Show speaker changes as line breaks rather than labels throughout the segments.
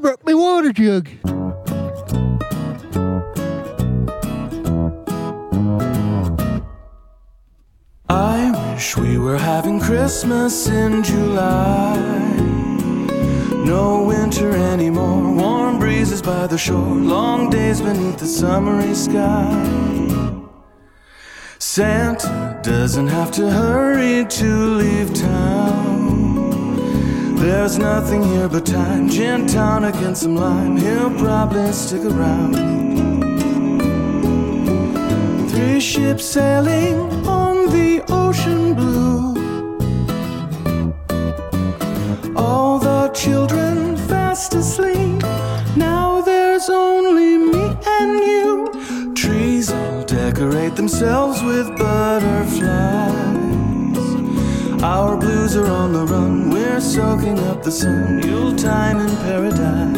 brought my water jug.
I wish we were having Christmas in July. No winter anymore, warm breezes by the shore, long days beneath the summery sky. Santa doesn't have to hurry to leave town. There's nothing here but time, gin tonic and some lime. He'll probably stick around. Three ships sailing on the ocean blue. All the children fast asleep. Now there's only me and you. Trees all decorate themselves with butterflies. Our blues are on the run. We're soaking up the sun. You'll time in paradise.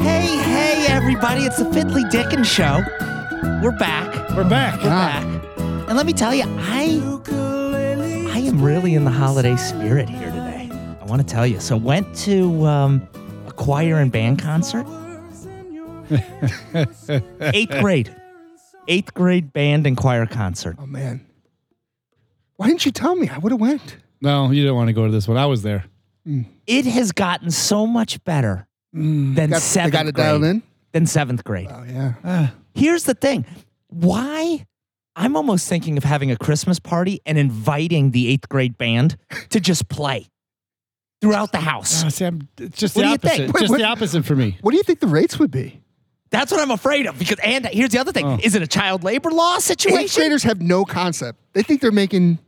Hey, hey, everybody. It's the Fiddly Dickens Show. We're back. We're
back.
We're
Ah.
back. And let me tell you, I
Ukulele.
I am really in the holiday spirit here today. I want to tell you. So went to um, a choir and band concert. Eighth grade. Eighth grade band and choir concert.
Oh, man. Why didn't you tell me? I would have went.
No, you didn't want to go to this one. I was there.
It has gotten so much better than
Got, Mm, they
seventh
got it
grade.
dialed in?
Than seventh grade.
Oh, yeah.
Here's the thing. Why? I'm almost thinking of having a Christmas party and inviting the eighth grade band to just play throughout the house.
Ah, see, I'm, it's just
What
the
do you think?
opposite.
Wait,
just
what-
the opposite for me.
What do you think the rates would be?
That's what I'm afraid of. Because and here's the other thing:
Oh.
is it a child labor law
Eighth
situation?
graders have no concept. They think they're making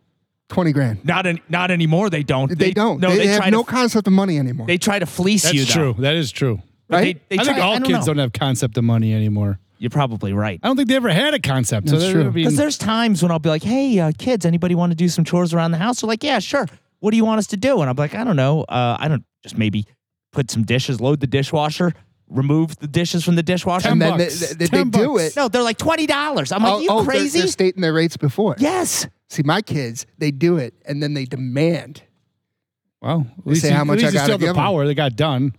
20 grand.
Not an, not anymore. They don't.
They, don't.
No,
they,
they,
have
try
no
to.
concept of money anymore.
they try to fleece
That's
you. though.
true. That is true.
But
right?
They, they
I think
try-
all
I
kids
know.
don't have concept of money anymore.
You're probably right.
I don't think they ever had a concept. so
That's
that
true.
would be-
Because there's times when I'll be like, "Hey, uh, kids, anybody want to do some chores around the house?" They're like, "Yeah, sure. What do you want us to do?" And I'm like, "I don't know. Uh, I don't just maybe put some dishes, load the dishwasher, remove the dishes from the dishwasher."
and
Ten
then they,
bucks.
they, they
Ten
do
bucks.
it.
no, they're like twenty dollars. I'm like,
oh,
"You
oh, they're-
crazy?"
They're, stating their rates before.
yes.
See, my kids, they do it and then they demand.
Wow. At least
say
you-
how much
at least
I
you
got
still
at the
have
other
the
one.
power. They got done.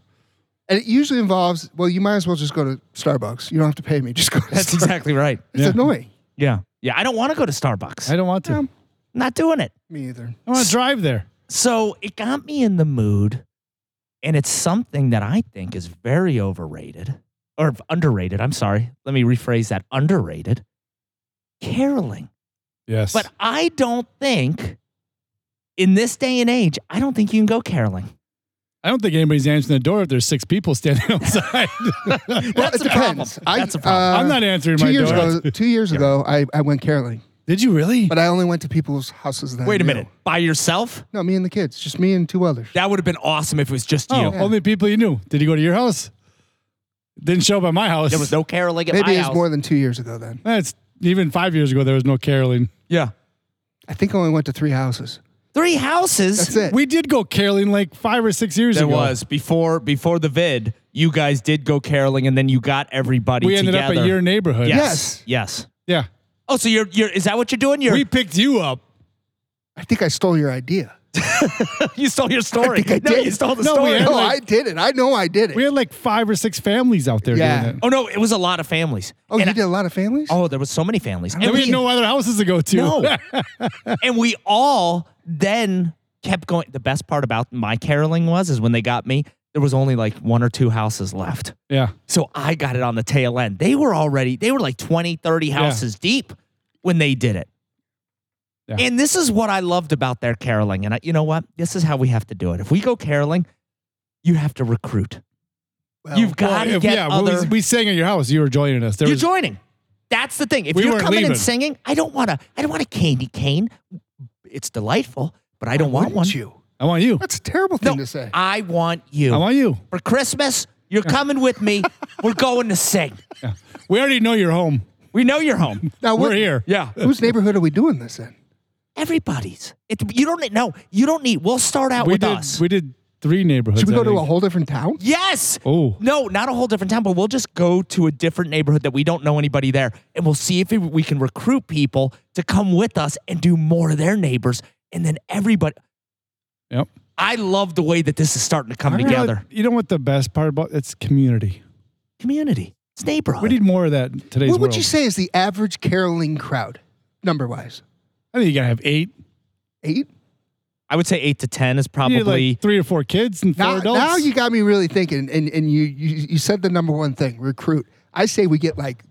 And it usually involves, well, you might as well just go to Starbucks. You don't have to pay me. Just go to
That's
Starbucks.
exactly right.
It's annoying.
Yeah. Yeah. I don't want to go to Starbucks.
I don't want to.
Um,
Not doing it.
Me either.
I want to drive there.
So it got me in the mood, and it's something that I think is very overrated or underrated. I'm sorry. Let me rephrase that underrated caroling.
Yes.
But I don't think in this day and age, I don't think you can go caroling.
I don't think anybody's answering the door if there's six people standing outside.
Well,
That's
it
a problem.
depends. uh,
That's a problem.
I'm not answering
Two
my
years
door.
ago, two years ago, I, I went caroling,
Did you really?
but I only went to people's houses. That I
Wait a
knew.
minute. By yourself?
No, me and the kids, just me and two others.
That would have been awesome if it was just
oh,
you.
only people you knew. Did you go to your house? Didn't show up at my house.
There was no caroling at
Maybe
my
it was
house.
more than two years ago. Then
That's even five years ago. There was no caroling.
yeah.
I think I only went to three houses.
Three houses.
That's it.
We did go caroling like five or six years
There
ago.
was before before the vid. You guys did go caroling, and then you got everybody.
We ended
together.
up at your neighborhood.
Yes. Yes.
Yeah.
Oh, so you're you're is that what you're doing? You're
We picked you up.
I think I stole your idea.
you stole your story.
think I
no,
did.
you stole the
No, we
story.
had-
No,
like-
I did it. I know I did it.
We had like five or six families out there
Yeah.
doing it.
oh no, it was a lot of families.
oh,
and
you
I-
did a lot of families.
oh, there was so many families.
And we had no other houses to go to.
No. and we all then kept going. The best part about my caroling was is when they got me, there was only like one or two houses left.
yeah.
So I got it on the tail end. They were already, they were like 20, 30 houses deep when they did it.
Yeah.
And this is what I loved about their caroling. And I, you know what? This is how we have to do it. If we go caroling, you have to recruit.
Well,
You've got to
If-
get
yeah, Oh, well,
other.
we, we sang at your house. You were joining us. There
you're
was,
joining. That's the thing. If
We
you're
weren't
coming
leaving.
and singing, I don't want to. I don't want a candy cane. It's delightful, but I don't want
wouldn't
one.
you?
I want you.
That's a terrible
No,
thing to say.
I want you.
I want you.
For Christmas, you're coming with me. We're going to sing.
We already know you're home.
We know you're home.
now
We're
what-
here.
Yeah.
Whose neighborhood are we doing this in?
Everybody's. It, you don't need, no, you don't need, we'll start out
We
with
did.
us.
We did three neighborhoods.
Should we
I
go to a
think.
whole different town?
Yes.
Oh.
No, not a whole different town, but we'll just go to a different neighborhood that we don't know anybody there, and we'll see if we can recruit people to come with us and do more of their neighbors, and then everybody.
Yep.
I love the way that this is starting to come
You know
together.
what- you know what the best part about it's community.
Community. It's neighborhood.
We need more of that in today's
What would
world.
you say is the average caroling crowd, number wise?
I think you gotta have eight.
Eight?
I would say eight to ten is
You need
probably.
like three or four kids and four
Now,
adults.
now you got me really thinking, and, and you, you you said the number one thing recruit. I say we get like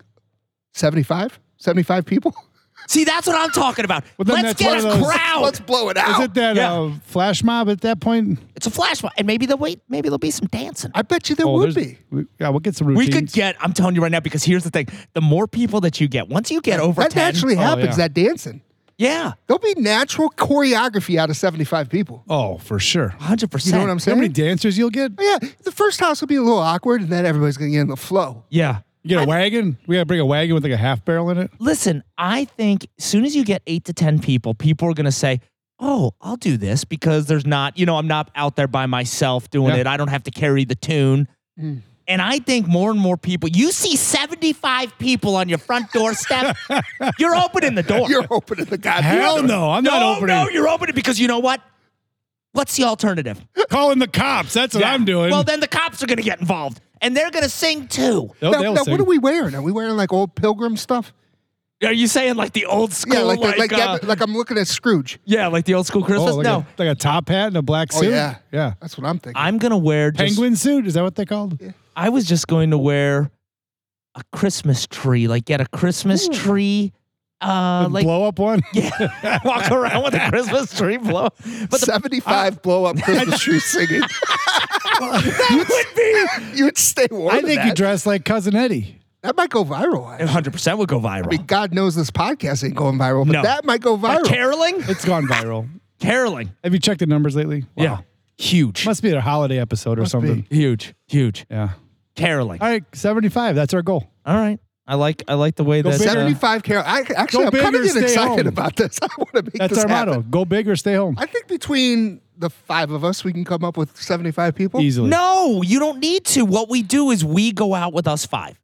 75, 75 people.
see, that's what I'm talking about.
Well, then
Let's
that's
get
one
a
of those-
crowd.
Let's blow it out.
Is it that
Yeah.
uh, flash mob at that point?
it's a flash mob, and maybe there'll wait. Maybe there'll be some dancing.
I bet you there
Oh,
would
there's-
be.
We, yeah, we'll get some
we
routines.
could get. I'm telling you right now because here's the thing: the more people that you get, once you get over
That
ten,
naturally
Oh,
happens,
yeah.
that dancing.
yeah,
There'll be natural choreography out of 75 people.
Oh, for sure.
hundred
You
percent.
know what I'm
How many
saying?
dancers you'll get?
yeah, the first house will be a little awkward, and then everybody's going to get in the flow.
Yeah.
You get a wagon? We gotta bring a wagon with like a half barrel in it.
Listen, I think as soon as you get eight to 10 people, people are going to say, Oh, I'll do this because there's not, you know, I'm not out there by myself doing
Yeah.
it. I don't have to carry the tune. And I think more and more people, you see 75 people on your front doorstep, you're opening the door.
You're oh, opening the goddamn
Hell
door.
no, I'm
no,
not opening.
no, you're opening because you know what? What's the alternative?
Calling the cops. That's what I'm doing.
Well, then the cops are going to get involved and they're going to sing too.
They'll-
Now,
they'll
now,
sing.
what are we wearing? Are we wearing like old pilgrim stuff?
Are you saying like the old school?
Oh
Yeah, like the- like,
uh,
that- like I'm looking at Scrooge.
yeah, like the old school Christmas?
Oh, like
no.
a, like a top hat and a black
Oh
suit.
yeah,
yeah.
That's what I'm thinking.
I'm going to wear just
Penguin suit is that what they called?
I was just going to wear a Christmas tree, like get a Christmas tree, uh,
The
like
blow up one.
yeah, walk around with a Christmas tree blow. But the,
75 blow up Christmas tree singing.
that would
You'd stay warm.
I think you dress like cousin Eddie.
that might go viral.
be
actually.
100 percent would go viral.
I mean, God knows this podcast ain't going viral, but
No.
that might go
But
viral.
caroling,
It's gone viral.
caroling,
Have you checked the numbers lately? Wow.
yeah, huge,
Must be a holiday episode or
Must
something.
be.
huge, huge,
Yeah.
caroling.
All right, 75. That's our goal.
All right, I like I like the way that.
big or-
uh,
75 carol. I, actually,
Go
I'm
big
kind
or
of getting
stay
excited
home.
about this. I want to make
That's
this
our
happen.
motto. Go big or stay home.
I think between the five of us, we can come up with 75 people.
Easily.
no, you don't need to. What we do is we go out with us five.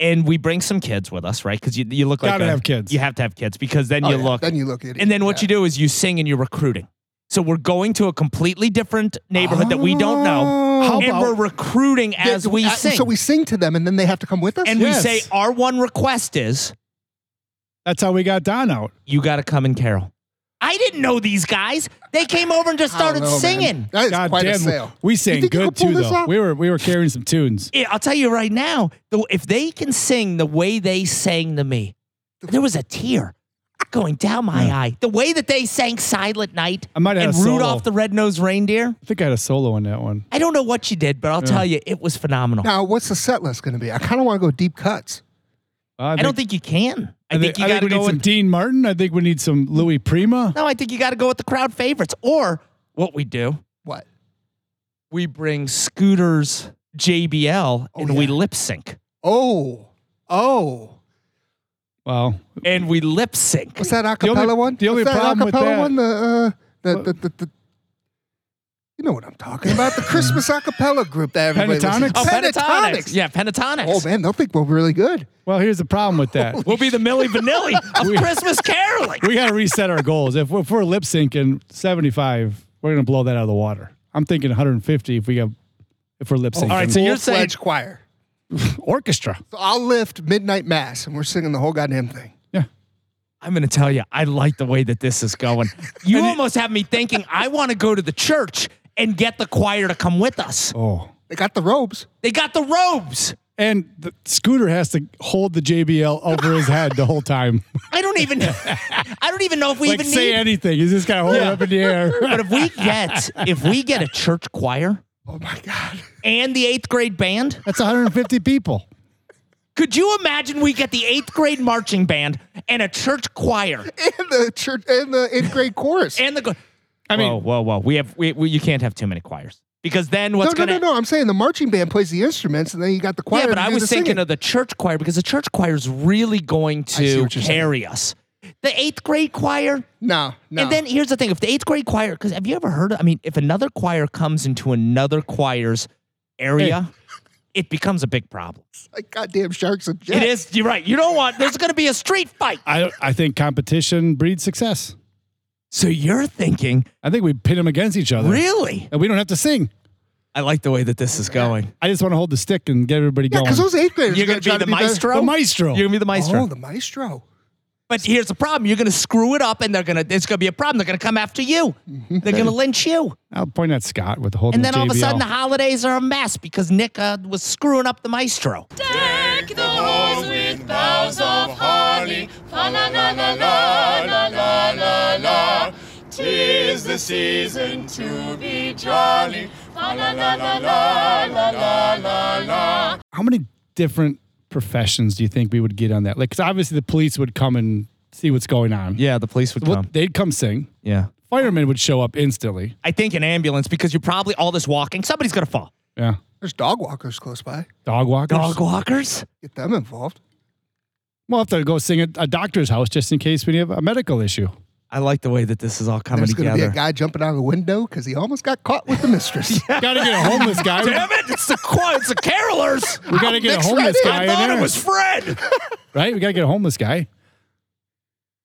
And we bring some kids with us, right? Because you, you look like
Gotta
a-
have kids.
You have to have kids because then
Oh,
you
yeah,
look
Then you look at it.
And then what you do is you sing and you're recruiting. So we're going to a completely different neighborhood that we don't know.
Oh.
How
and
about-
we're recruiting as we sing.
So we sing to them, and then they have to come with us.
and
Yes.
we say our one request is
That's how we got Don out.
you got to come and carol. I didn't know these guys. They came over and just
I don't
started
know, man.
singing.
That is
God
quite
damn,
a sale.
we
You
sang
think you
good
could pull
too,
this
though.
off?
We were we were carrying some tunes.
Yeah, I'll tell you right now, though, if they can sing the way they sang to me, there was a tear going down my eye. The way that they sang Silent Night
I might have
and
had a solo.
Rudolph the Red-Nosed Reindeer,
I think I had a solo on that one.
I don't know what you did, but I'll tell you, it was phenomenal.
Now, what's the set list going to be? I kind of want to go deep cuts.
I,
I don't think you can. I, think, you
I
got to
we
go
need
with.
some Dean Martin. I think we need some Louis Prima.
no, I think you got to go with the crowd favorites. Or what we do,
What?
we bring Scooter's JBL
Oh,
and we lip sync.
Oh, oh.
Wow.
And we lip sync.
What's that
The
acapella
only-
one?
the only
What's that
problem with
acapella
that-
one? The, uh, the,
What?
the, the, the- you know what I'm talking about? The Christmas acapella group that everybody listens-
Pentatonics? Oh,
Pentatonics.
Yeah, pentatonics.
Oh man, they'll think we're really good.
Well, here's the problem with that.
We'll be the Milli Vanilli of Christmas caroling.
we got to reset our goals. If we're, if we're lip syncing 75, we're going to blow that out of the water. I'm thinking 150 if we have if we're
Oh,
lip syncing.
all right, so you're saying-
Full-fledged choir.
orchestra.
So I'll lift midnight mass, and we're singing the whole goddamn thing.
Yeah.
I'm going to tell you, I like the way that this is going. You almost have me thinking I want to go to the church and get the choir to come with us.
Oh.
They got the robes.
They got the robes.
And the scooter has to hold the JBL over his head the whole time.
I don't even. I don't even know if we
like
even
say
need
anything. He's just got to hold it up in the air.
But if we get if we get a church choir
Oh my god.
and the eighth grade band,
That's 150 people.
could you imagine we get the eighth grade marching band and a church choir
And the church and the eighth grade chorus.
and the?
I mean,
whoa, whoa, whoa! We have we, we you can't have too many choirs because then
no,
what's
no,
gonna?
no, no. I'm saying the marching band plays the instruments, and then you got the choir.
Yeah, but
to
I
do
was
the
thinking
singing.
of the church choir because the church choir is really going
see
to
what you're saying.
carry us. The eighth grade choir.
No, no.
And then here's the thing: if the eighth grade choir, because have you ever heard? Of, I mean, if another choir comes into another choir's area, it becomes a big problem.
like goddamn sharks and jets.
It is. You're right. You don't want. There's going to be a street fight.
I I think competition breeds success.
So you're thinking,
I think we pit them against each other,
really?
and we don't have to sing.
I like the way that this is going.
I just want to hold the stick and get everybody
Yeah,
going.
because those eighth graders
You're
are going
going
to try
to
to
be the
be better-
maestro.
The maestro.
You're going to be the maestro.
Oh, the maestro.
But here's the problem: you're going to screw it up, and they're going to. It's going to be a problem. They're going to come after you.
Mm-hmm.
They're going to lynch you,
I'll point at Scott with the whole.
and then all of a sudden the holidays are a mess because Nick uh, was screwing up the maestro.
Deck the halls with boughs of holly. La la la la la la la la la. Tis the season to be jolly. La la la la la la la la la.
how many different professions do you think we would get on that? Like, 'cause obviously the police would come and see what's going on.
Yeah, the police would
Well, they'd come sing.
Yeah.
Firemen would show up instantly.
I think an ambulance because you're probably all this walking. Somebody's gonna fall.
Yeah.
There's dog walkers close by.
Dog walkers.
Dog walkers.
Get them involved.
We'll have to go sing at a doctor's house just in case we have a medical issue.
I like the way that this is all coming
There's going to be
together.
a guy jumping out of the window because he almost got caught with the mistress.
Gotta get a homeless guy.
Damn it! It's the qu- it's the carolers.
We gotta get a
Next
homeless
Friday,
guy
I
in
thought
there.
it was Fred.
right? We gotta get a homeless guy.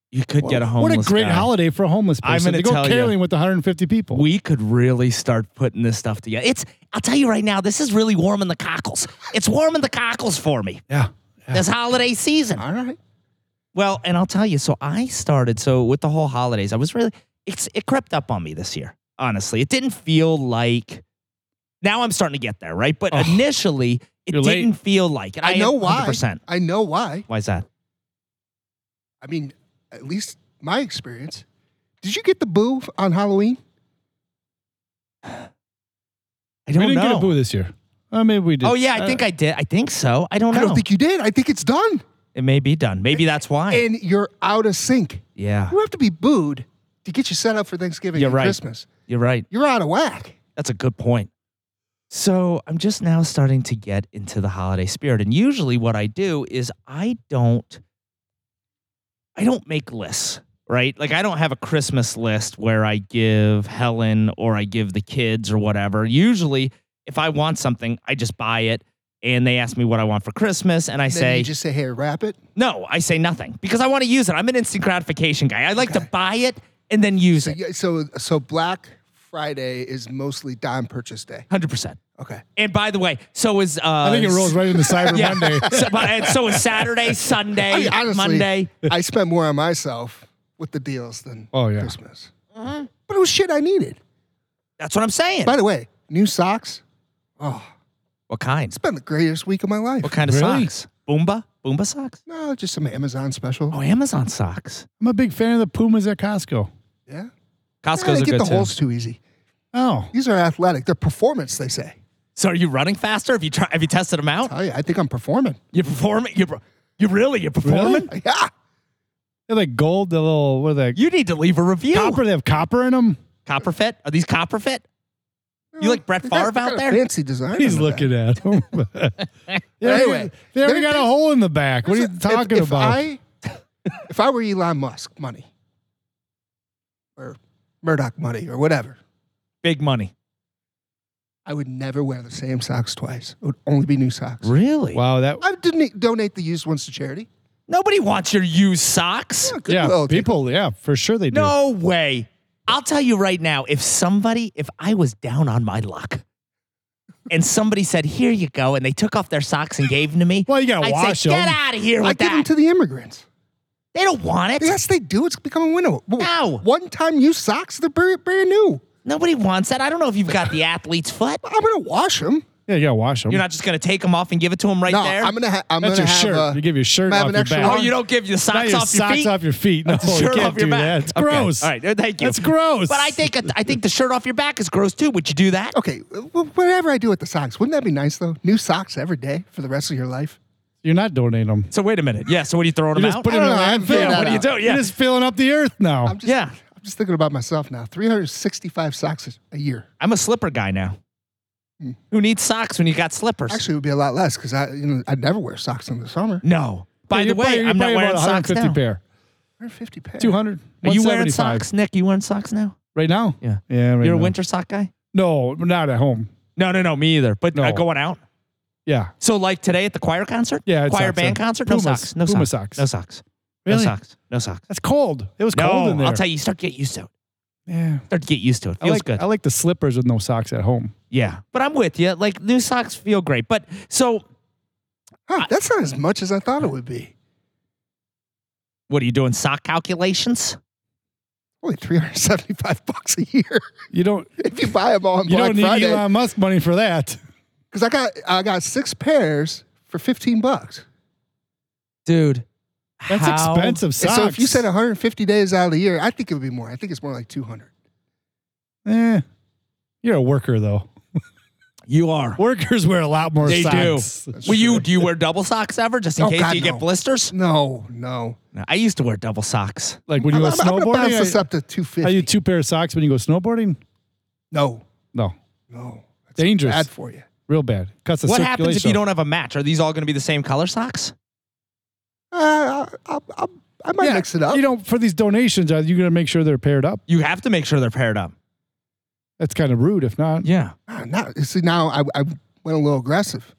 You could get a homeless.
what a great
guy.
holiday for a homeless person.
I'm gonna
to go
tell you.
caroling with 150 people.
We could really start putting this stuff together. It's. I'll tell you right now. This is really warming the cockles. It's warming the cockles for me.
yeah.
This holiday season.
All right.
Well, and I'll tell you, so I started so with the whole holidays, I was really it's it crept up on me this year. Honestly, it didn't feel like now I'm starting to get there, right? But
Oh,
initially, it
you're
didn't
late.
feel like it.
I know
am
why.
100%.
I know why.
Why is that?
I mean, at least my experience. Did you get the boo on Halloween?
I
We
don't
didn't
know.
get a boo this year. Oh, maybe we did.
oh yeah, I think I did. I think so. I don't know.
I don't think you did. I think it's done.
it may be done. Maybe that's why.
And you're out of sync.
yeah,
You have to be booed to get you set up for Thanksgiving
You're
and
right.
Christmas.
you're right.
You're out of whack.
That's a good point. So I'm just now starting to get into the holiday spirit. And usually what I do is I don't I don't make lists, right? Like I don't have a Christmas list where I give Helen or I give the kids or whatever. Usually if I want something, I just buy it and they ask me what I want for Christmas and I
And then
say
you just say, hey, wrap it.
no, I say nothing because I want to use it. I'm an instant gratification guy. I like to buy it and then use
So,
it.
yeah, so, so Black Friday is mostly dime purchase day.
100%.
Okay.
And by the way, so is uh
I think it rolls right into Cyber
Yeah.
Monday.
so, but, and so is Saturday, Sunday,
I mean, honestly,
Monday.
I spent more on myself with the deals than
Oh, yeah.
Christmas.
Uh-huh.
But it was shit I needed.
That's what I'm saying.
By the way, new socks.
what kinds?
It's been the greatest week of my life.
What kind of
Really?
socks? Boomba? Boomba socks?
No, just some Amazon special.
Oh, Amazon socks.
I'm a big fan of the Pumas at Costco.
Yeah. I
Costco's
get the
are good too.
holes too easy.
Oh,
These are athletic. They're performance, they say.
So are you running faster? Have you tried? Have you tested them out?
Oh yeah, I think I'm performing.
You're performing. You're, per- you really? You're performing.
Yeah.
they're like gold. The little what are they?
You need to leave a review.
copper. They have copper in them.
Copper fit? Are these copper fit? You like Brett
They got-
Favre
they got
out
a
there?
Fancy design.
He's
on the
looking at them.
Anyway,
they
there-
already got a hole in the back. What are
back.
you talking
if, if
about?
I, if I were Elon Musk money or Murdoch money or whatever,
Big money.
I would never wear the same socks twice. It would only be new socks.
Really?
wow, that
I didn't donate the used ones to charity.
Nobody wants your used socks.
Good
yeah,
will, take
people, yeah, for sure they do.
No way. I'll tell you right now, if somebody, if I was down on my luck and somebody said, here you go, and they took off their socks and gave them to me,
Well, you gotta
I'd
wash
say,
'em.
get out of here
I
with
give them
that.
to the immigrants.
they don't want it.
Yes, they do. It's become a window.
No.
One time used socks, they're brand brand new.
Nobody wants that. I don't know if you've got the athlete's foot.
I'm gonna wash them.
Yeah, you gotta wash them.
You're not just going to take them off and give it to them right
no,
there.
I'm gonna. Ha- I'm
That's
gonna
your
have
shirt.
a-
You give your shirt
I'm gonna have
off
an
your
extra
back.
oh,
long-
you don't give your
Not
socks
your
off your
socks
feet?
off your feet. No,
Shirt
you can't
off your
do
back.
that. It's
Okay.
gross.
All right, thank you.
That's gross.
But I think a, I think the shirt off your back is gross too. Would you do that?
Okay, wh- whatever I do with the socks, wouldn't that be nice though? New socks every day for the rest of your life.
you're not donating them.
So wait a minute. Yeah. So what are you throwing
You're
them
just
out?
putting
I
them
don't
in
know, I'm
the
filling
landfill.
that
What are you
out.
doing? You're just filling up the earth now.
I'm just,
Yeah.
I'm just thinking about myself now. 365 socks a year.
I'm a slipper guy now.
Hmm.
Who needs socks when you got slippers?
Actually, it would be a lot less because I, you know, I never wear socks in the summer.
No. By
Yeah,
the
you're
way,
probably- you're
I'm not
probably
wearing
about
socks
150
now.
pair.
150 pair.
200.
Are you wearing
175.
socks, Nick? You wearing socks now?
Right now?
Yeah.
Yeah, right
You're a
now.
winter sock guy?
No, not at home.
No, no, no, me either. But uh,
No.
going out.
Yeah.
So like today at the choir concert?
Yeah, it's
Choir
socks,
band
yeah.
concert? no
Pumas.
socks. No
Puma
socks.
socks.
No socks.
Really?
No socks. No socks.
That's cold. It was cold
No,
in there.
I'll tell you, you start to get used to it.
Yeah.
Start to get used to it.
I
Feels
like,
good.
I like the slippers with no socks at home.
yeah. But I'm with you. Like new socks feel great. But so
Huh, that's not as much as I thought it would be.
what are you doing? Sock calculations?
Only 375 bucks a year
You don't.
if you buy them all on
You
Black
don't need
Friday.
Elon Musk money for that.
Because I got I got six pairs for 15 bucks.
Dude.
That's
how-
expensive
And
socks.
So if you said 150 days out of the year, I think it would be more. I think it's more like 200.
eh, you're a worker though.
You are.
Workers wear a lot more
They
socks.
do. Well, you do you wear double socks ever, just in
Oh,
case
God,
you
no.
get blisters?
No, no.
No, I used to wear double socks.
Like when you
I'm,
go
I'm, I'm gonna bounce this
snowboarding,
up to
are,
250.
are you two pair of socks when you go snowboarding?
no,
No,
no. That's
Dangerous.
Bad for you.
real bad. Cuts the
what happens if
circulation
you don't
off.
have a match? Are these all going to be the same color socks?
Uh, I, I, I, I might
Yeah,
mix it up.
You don't for these donations. Are you gonna make sure they're paired up?
You have to make sure they're paired up.
That's kind of rude. If not,
Yeah.
Ah, now, see, now I, I went a little aggressive.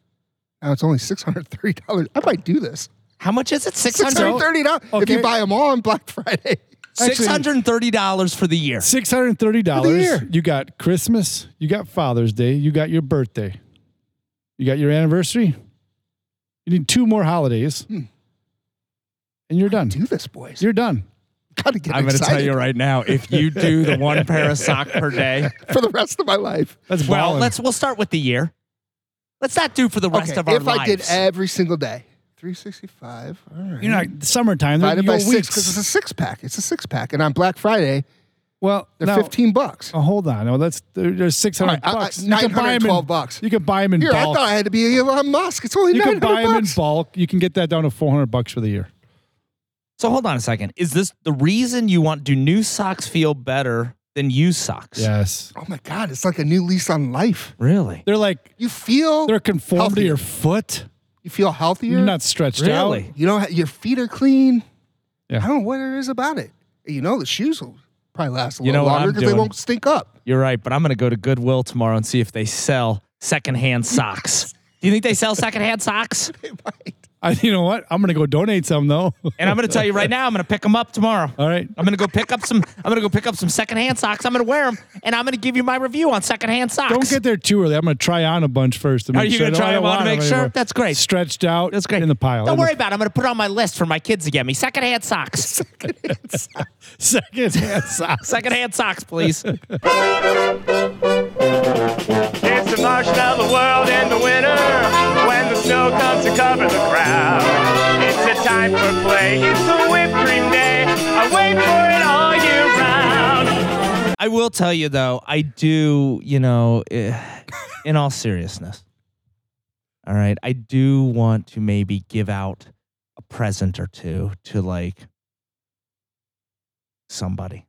Now it's only six hundred thirty dollars. I might do this.
How much is it? Six
Six hundred
hundred
thirty dollars if
Okay.
you buy them all on Black Friday.
six hundred and thirty dollars for the year.
six hundred and thirty
For the year.
dollars. You got Christmas. You got Father's Day. You got your birthday. You got your anniversary. You need two more holidays, and you're done.
Hmm. Do this, boys.
You're done.
Gotta get
I'm going to
excited
tell you right now, if you do the one pair of sock per day,
for the rest of my life.
That's
well,
ballin'.
let's we'll start with the year. Let's not do for the rest
Okay,
of our
if
lives.
I did every single day, three sixty-five. All right.
You're not summertime. They're
divided by
your
six
weeks.
because it's a six pack. It's a six pack, and on Black Friday
well,
they're
now-
fifteen bucks.
Oh, hold on. No, that's there- there's six hundred
All right, I- I-
bucks. You can buy 'em in-
912 bucks.
You can buy them in
Here, I
bulk.
thought I had to be Elon Musk. It's only
you
nine
can buy
hundred
them in
bucks.
bulk. You can get that down to four hundred bucks for the year.
so hold on a second. Is this the reason you want? Do new socks feel better than used socks?
Yes,
oh my God! It's like a new lease on life.
Really?
they're like
You feel
they're conformed to
Healthier.
your foot.
you feel
You're
healthier.
not stretched
Really?
out.
You don't. ha- Your feet are clean.
Yeah.
I don't know what it is about it. You know, the shoes will probably last a
You
little
know what
longer
I'm
because they
doing?
won't stink up.
You're right, but I'm going to go to Goodwill tomorrow and see if they sell secondhand socks. Do you think they sell secondhand socks?
They might.
I, you know what? I'm gonna go donate some though.
And I'm going to tell you right now, I'm going to pick them up tomorrow.
All right.
I'm gonna go pick up some. I'm gonna go pick up some secondhand socks. I'm gonna wear them, and I'm gonna give you my review on secondhand socks.
Don't get there too early. I'm gonna try on a bunch first. To
Are
make
you
sure.
gonna
I don't-
try
I don't
'em on to
want
make sure?
anymore.
That's great.
Stretched out.
That's great.
In the pile.
Don't
In the
worry about it. I'm going to put it on my list for my kids to get me. Secondhand socks.
Second hand socks.
Secondhand socks, please.
It's the marshmallow world in the winter when the snow comes to cover the ground. It's a time for play. It's a whipped cream day. I wait for it all year round.
I will tell you, though, I do, you know, eh, in all seriousness, all right, I do want to maybe give out a present or two to like somebody.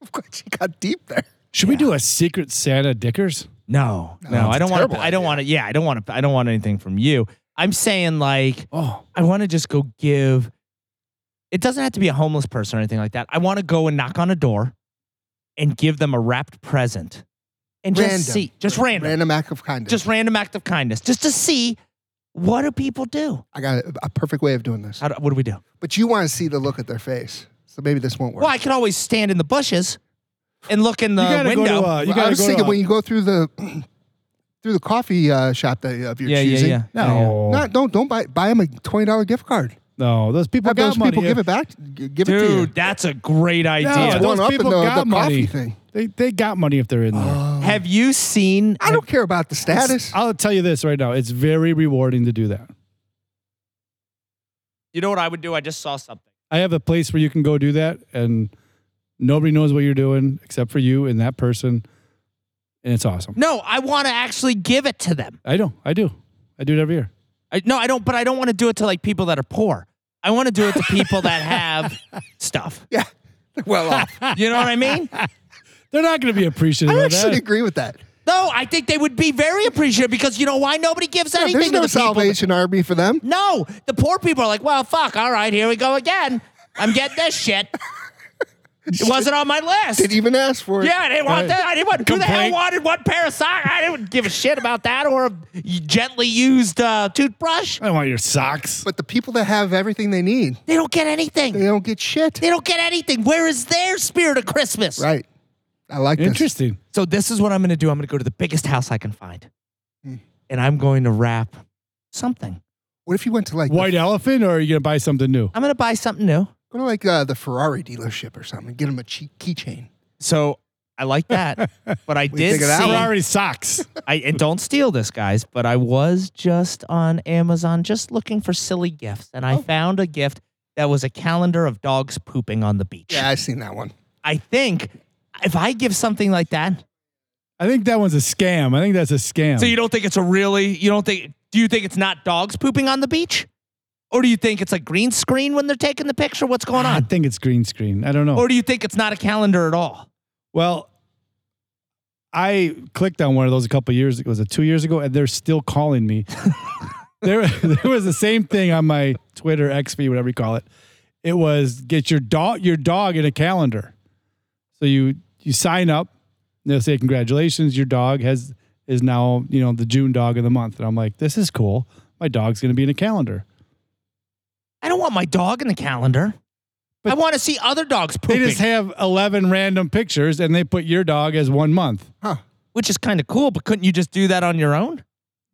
Of course, you got deep there.
Should we do a secret Santa Dickers?
No, no,
that's
I
a
don't want.
terrible
to. I don't
idea.
want to. Yeah, I don't want to. I don't want anything from you. I'm saying like
Oh,
I want to just go give. It doesn't have to be a homeless person or anything like that. I want to go and knock on a door, and give them a wrapped present, and just
Random.
see, just random,
Random act of kindness.
just random act of kindness, just to see what do people do.
I got a, a perfect way of doing this.
How do, what do we do?
But you want to see the look at their face, so maybe this won't work.
Well, I can always stand in the bushes and look in the
you gotta
window.
go to. Uh, you
Well,
gotta
I was
go
thinking
to.
when you go through the through the coffee uh, shop that of your
yeah, yeah,
choosing.
yeah, yeah, yeah.
no,
Not, don't don't buy buy them a twenty dollar gift card.
no, those people
Have
got
those
money.
people give
If-
it back. g- Give it to you.
Dude, that's a great idea.
it's one up in the- the coffee
money.
thing.
They they got money if they're in there.
Have you seen?
I don't care about the status.
I'll tell you this right now. It's very rewarding to do that.
You know what I would do? I just saw something.
I have a place where you can go do that, and nobody knows what you're doing except for you and that person, and it's awesome.
No, I want to actually give it to them.
I know. I do. I do it every year.
I, no, I don't. But I don't want to do it to like people that are poor. I want to do it to people that have stuff.
Yeah, well off. I
You know what I mean?
They're not going to be appreciative of
actually
that.
agree with that.
No, I think they would be very appreciative because you know why nobody gives
Yeah,
anything
there's no
to the people. that-
Salvation Army for them.
no, the poor people are like, well, fuck. All right, here we go again. I'm getting this shit. It wasn't on my list.
Didn't even ask for it.
yeah, I didn't want
Right.
that. I didn't want. Who the hell
Complaint.
wanted one pair of socks? I didn't give a shit about that or a gently used uh, toothbrush.
I don't want your socks.
But the people that have everything they need,
They don't get anything.
they don't get shit.
They don't get anything. Where is their spirit of Christmas?
Right. I like this.
Interesting.
So this is what I'm going to do. I'm going to go to the biggest house I can find, and I'm going to wrap something.
What if you went to like
White elephant, or are you gonna buy something new?
I'm going to buy something new.
go to like uh, the Ferrari dealership or something? Get them a che- keychain.
So I like that, but I did
think of that
see.
one?
Ferrari socks.
I and don't steal this, guys. But I was just on Amazon, just looking for silly gifts, and I found a gift that was a calendar of dogs pooping on the beach.
Yeah, I've seen that one.
I think if I give something like that,
I think that one's a scam. I think that's a scam.
so you don't think it's a really, you don't think, do you think it's not dogs pooping on the beach, or do you think it's a green screen when they're taking the picture? What's going
I
on?
think it's green screen. I don't know.
Or do you think it's not a calendar at all?
Well, I clicked on one of those a couple years ago. Was it two years ago? And they're still calling me. there, there was the same thing on my Twitter, XP, whatever you call it. It was get your dog, your dog in a calendar. So you you sign up. And they'll say congratulations, your dog has is now you know the June dog of the month. And I'm like, this is cool. My dog's going to be in a calendar.
I don't want my dog in the calendar. I want to see other dogs
They
pooping,
just have 11 random pictures and they put your dog as one month.
which is kind of cool. But couldn't you just do that on your own?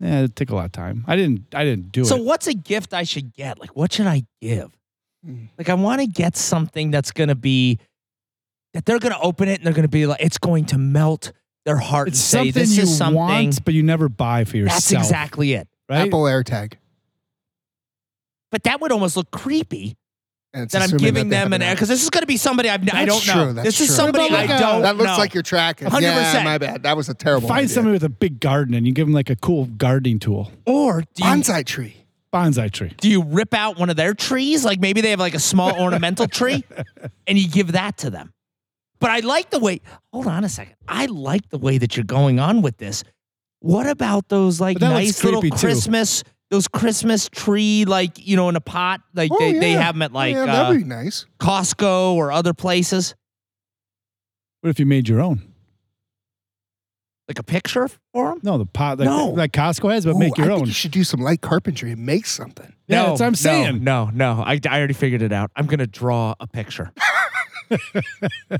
Yeah, it'd take Eh, a lot of time. I didn't. I didn't do
So
it.
what's a gift I should get? Like what should I give? Like I want to get something that's going to be that they're going to open it and they're going to be like it's going to melt their heart
It's
and say
something
this
you
is something
want, but you never buy for yourself.
that's exactly it.
right.
Apple AirTag.
But that would almost look creepy
And it's
that I'm
assuming
giving
they
them
have
an because this is going to be somebody I've, I
That's
don't know.
true, that's
this
true.
is somebody
What about
I
like a-
don't
That looks
know.
like you're tracking.
100%.
Yeah, my bad. That was a terrible.
Find
idea.
somebody with a big garden and you give them like a cool gardening tool,
or do you,
bonsai tree.
bonsai tree.
do you rip out one of their trees? Like maybe they have like a small ornamental tree and you give that to them. But I like the way, hold on a second. I like the way that you're going on with this. What about those like
But that looks
nice little
creepy, too.
Christmas, those Christmas tree, like, you know, in a pot? Like
Oh,
they, they
yeah.
have them at like
yeah,
uh,
that'd be nice.
Costco or other places,
What if you made your own?
like a picture for them?
No, the pot like,
No.
like Costco has, but
Ooh,
make your
I
own.
Think you should do some light carpentry and make something.
yeah, that's what I'm saying.
No, no, no. I, I already figured it out. I'm going to draw a picture.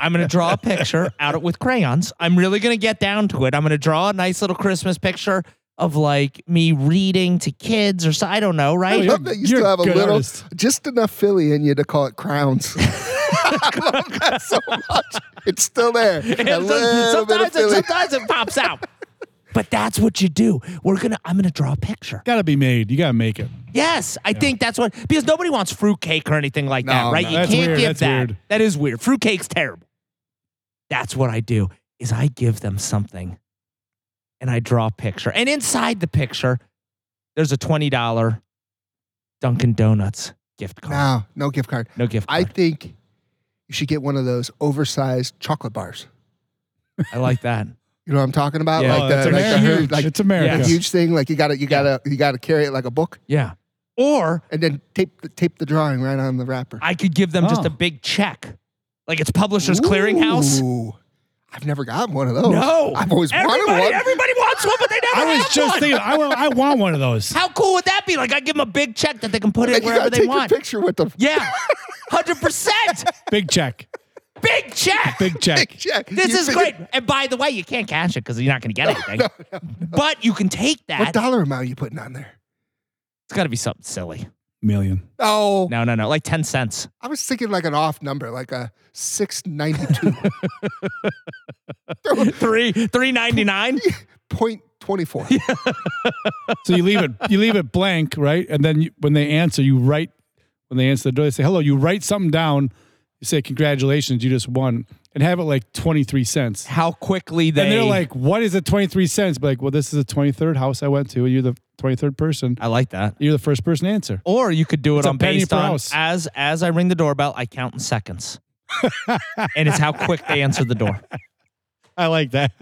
I'm going to draw a picture out of, with crayons. I'm really going to get down to it. I'm going to draw a nice little Christmas picture of like me reading to kids or so. I don't know,
I
Oh,
right?
love that you
you're
still
a
have a
good
little,
artist.
just enough Philly in you to call it crowns. I love that so much. It's still there.
And
a
so-
little bit of
sometimes, it,
Philly.
sometimes it pops out. But that's what you do. We're gonna. I'm gonna draw a picture.
Gotta be made. You gotta make it.
Yes, I think that's what because nobody wants fruitcake or anything like that,
No,
right?
no.
You
That's
can't
weird,
give
that's
that.
weird.
That is weird. Fruitcake's terrible. That's what I do is I give them something and I draw a picture. And inside the picture, there's a $20 Dunkin' Donuts gift card.
No, no gift card.
No gift
I
card.
think you should get one of those oversized chocolate bars.
I, like that.
You know what I'm talking about?
Yeah.
Oh,
like
it's
the, like the,
America.
huge, like
it's America.
the huge thing. Like you gotta, you gotta, you gotta carry it like a book,
Yeah. Or
and then tape the, tape the drawing right on the wrapper.
I could give them just
Oh.
a big check. Like it's Publishers Clearinghouse.
Ooh. I've never gotten one of
Oh,
those.
No.
I've always
everybody,
wanted one.
Everybody wants one, but they never
I was
have
just
one.
thinking. I want. I want one of those.
How cool would that be? Like I give them a big check that they can put it
and you
wherever
gotta
they
take
want.
a picture with them.
Yeah, hundred percent.
Big check.
Big check.
Big check.
Check.
this
You
is
figure-
great. And by the way, you can't cash it because you're not going to get anything. But you can take
What
that.
dollar amount are you putting on there?
It's got to be something silly.
Million.
Oh,
No, no, no. Like ten cents.
I was thinking like an off number, like a six ninety two
Three, three ninety nine.
point twenty four.
So you leave it. You leave it blank, right? And then you, when they answer, you write. When they answer the door, they say hello. You write something down. You say congratulations, you just won, and have it like twenty three cents.
How quickly they?
and they're like, "What is a twenty three cents?" But like, well, this is the twenty third house I went to, and you're the twenty third person.
I like that.
You're the first person to answer.
Or you could do it
It's a
on
penny
based
per
on
house.
as as I ring the doorbell, I count in seconds, and it's how quick they answer the door.
I like that.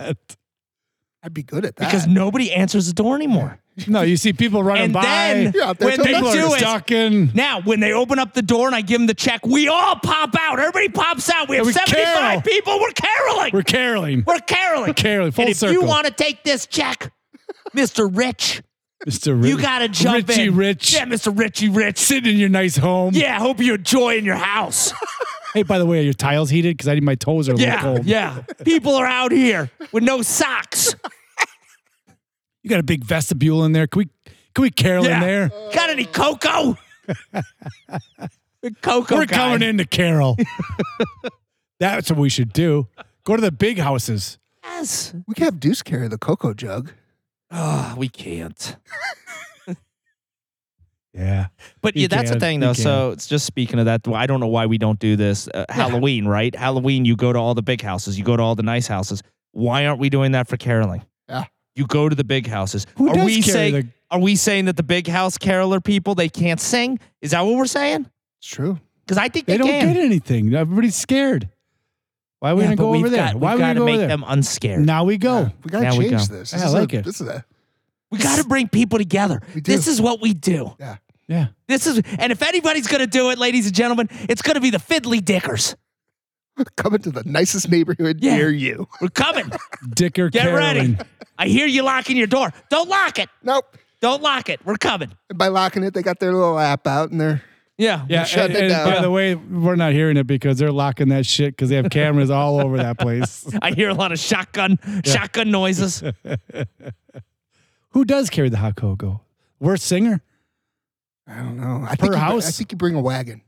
I'd be good at that.
because nobody answers the door anymore.
No, you see people running
And
by.
then
Yeah, that's
when
what
they
I'm
people
do
are
it,
talking.
Now, when they open up the door and I give them the check, we all pop out. Everybody pops out. We have
we
75
carol.
people. We're caroling.
We're caroling,
We're caroling.
We're caroling. Full
and if you
circle.
want to take this check, Mr. Rich,
Mr. Rich.
you got to jump
Richie
in.
Rich.
Yeah, Mr. Richie Rich.
Sitting in your nice home.
Yeah, hope you enjoy in your house.
Hey, by the way, are your tiles heated? Because I need my toes are a little
Yeah,
cold.
yeah. People are out here with no socks.
You got a big vestibule in there. Can we can we carol
Yeah. Oh,
in there?
Got any cocoa? The cocoa.
We're
guy.
coming in to carol. That's what we should do. Go to the big houses.
Yes.
we could have Deuce carry the cocoa jug.
Oh, we can't.
Yeah.
But
You
yeah, that's the
can,
thing,
you
though. So it's just speaking of that, I don't know why we don't do this. Uh, Halloween, right? Halloween, you go to all the big houses, you go to all the nice houses. Why aren't we doing that for caroling?
Yeah.
You go to the big houses.
Who
are
does
we
carry
saying?
the-
Are we saying that the big house caroler people they can't sing? Is that what we're saying?
It's true.
Because I think
They
they,
don't
can.
get anything. Everybody's scared. Why are we
Yeah,
gonna
but
go
we've
over there?
got-
Why are
we've
we
got
gonna
to
go
make
over there?
them unscared.
Now we go.
Yeah, we gotta
Now we
change
go.
this.
Yeah,
This
I
is
like
a,
it.
This is a
We got to bring people together.
We do.
This is what we do.
yeah.
Yeah.
This is, and if anybody's going to do it, ladies and gentlemen, it's going to be the fiddly dickers.
Coming to the nicest neighborhood
Yeah.
near you.
We're coming.
Dicker
Get
caroling.
ready. I hear you locking your door. Don't lock it.
Nope.
Don't lock it. We're coming.
And by locking it, they got their little app out and they're
Yeah.
Yeah,
Shut
and,
it
and
down.
by the way, we're not hearing it because they're locking that shit because they have cameras all over that place.
I hear a lot of shotgun shotgun noises.
Who does carry the hot cocoa? Worst singer?
I don't know. I
Per
think you- I
house?
think you bring a wagon.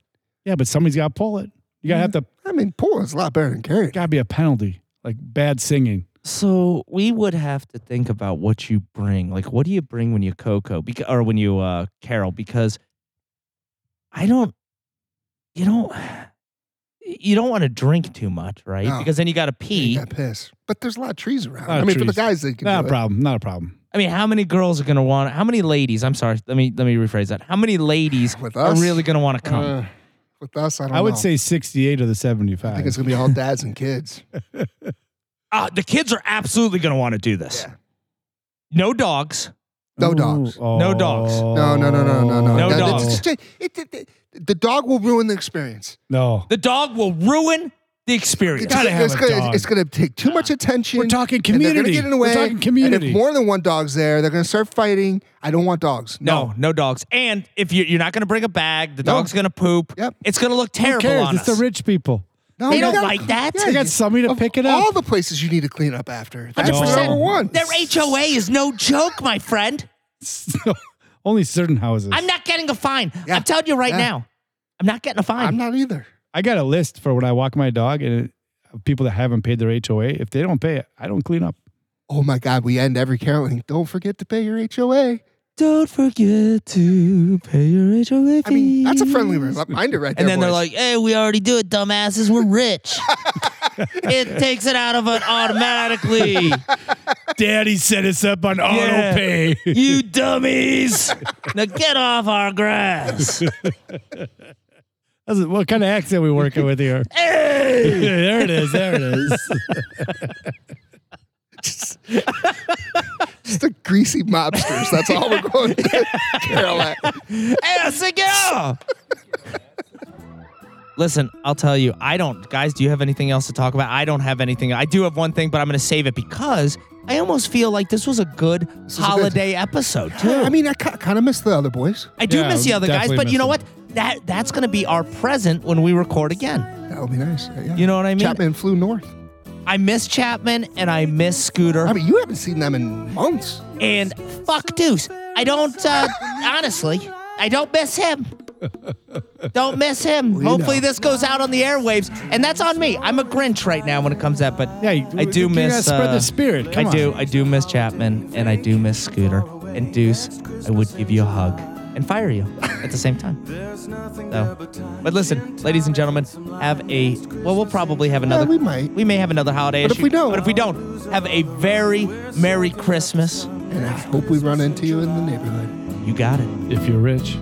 Yeah, but somebody's got to pull it. You got to have to.
I mean, pool is a lot better than carrying.
Got to be a penalty, like bad singing.
So we would have to think about what you bring. Like, what do you bring when you cocoa beca- or when you uh, carol? Because I don't, you don't, you don't want to drink too much, right?
No.
Because then you got to pee.
You got piss. But there's a lot of trees around.
Lot
I
of
mean, for the
trees.
guys, they can
Not a
do it.
problem. Not a problem.
I mean, how many girls are gonna want? How many ladies? I'm sorry. Let me let me rephrase that. How many ladies
With
are
us?
really gonna want to come?
Uh, with us, I don't
I would
know.
say 68 of the
I think
75.
it's gonna be all dads and kids.
Uh, the kids are absolutely going to want to do this.
Yeah.
No dogs.
No dogs.
oh.
No dogs.
No, no, no, no, no, no.
No
That- that's
dogs.
just- it- it- it- the dog will ruin the experience.
No.
The dog will ruin the experience.
It's,
gotta have
it's
a
gonna,
dog.
it's gonna take too much attention.
We're talking
and they're gonna
community.
get in the
We're
way,
talking
And
community.
if more than one dog's there, they're gonna start fighting. I don't want dogs.
No, no, dogs. And if you, you're not going to bring a bag, the
No.
dog's going to poop.
Yep.
It's going to look
Who
terrible
cares?
on
It's
us.
the rich people.
No,
They
you
don't
gotta-
like that.
Yeah,
They
got somebody to
of
pick it up.
All the places you need to clean up after. That's
100%.
number one.
Their HOA is no joke, my friend.
Only certain houses.
I'm not getting a fine.
Yeah.
I'm telling you right
Yeah.
now, I'm not getting a fine.
I'm not either.
I got a list for when I walk my dog and it, of people that haven't paid their HOA. If they don't pay it, I don't clean up.
Oh my God, we end every caroling. Don't forget to pay your HOA.
Don't forget to pay your HOA
I mean, that's a friendly reminder right there.
And then they're
boys.
like, hey, we already do it, dumbasses. We're rich. it takes it out of it automatically.
Daddy set us up on
Yeah.
pay.
you dummies. Now get off our grass.
That's a- what kind of accent we working with here?
Hey!
there it is. There it is.
just the greasy mobsters. That's all we're going to carol at.
Hey, cigar! Listen, I'll tell you, I don't, guys, do you have anything else to talk about? I don't have anything. I do have one thing, but I'm going to save it because I almost feel like this was a good
was a good-
holiday episode, too.
I mean, I kind of miss the other boys.
I do
Yeah,
miss the other guys,
definitely
but you
miss
know what?
them.
That that's going to be our present when we record again.
That would be nice. Yeah.
You know what I mean?
Chapman flew north.
I miss Chapman and I miss Scooter
I mean, you haven't seen them in months.
and fuck Deuce. I don't uh, honestly. I don't miss him. Don't miss him.
know.
Hopefully this goes out on the airwaves, and that's on me. I'm a Grinch right now when it comes to that, but
Yeah, you-
I do
you gotta
miss.
spread
uh,
the spirit. Come
I
on.
do. I do miss Chapman, and I do miss Scooter and Deuce. I would give you a hug and fire you at the same time. So, but listen, ladies and gentlemen, have a well. We'll probably have another.
we might.
We may have another holiday.
But if
issue.
we don't-
but if we don't, have a very merry Christmas.
And I hope we run into you in the neighborhood.
You got it.
If you're rich.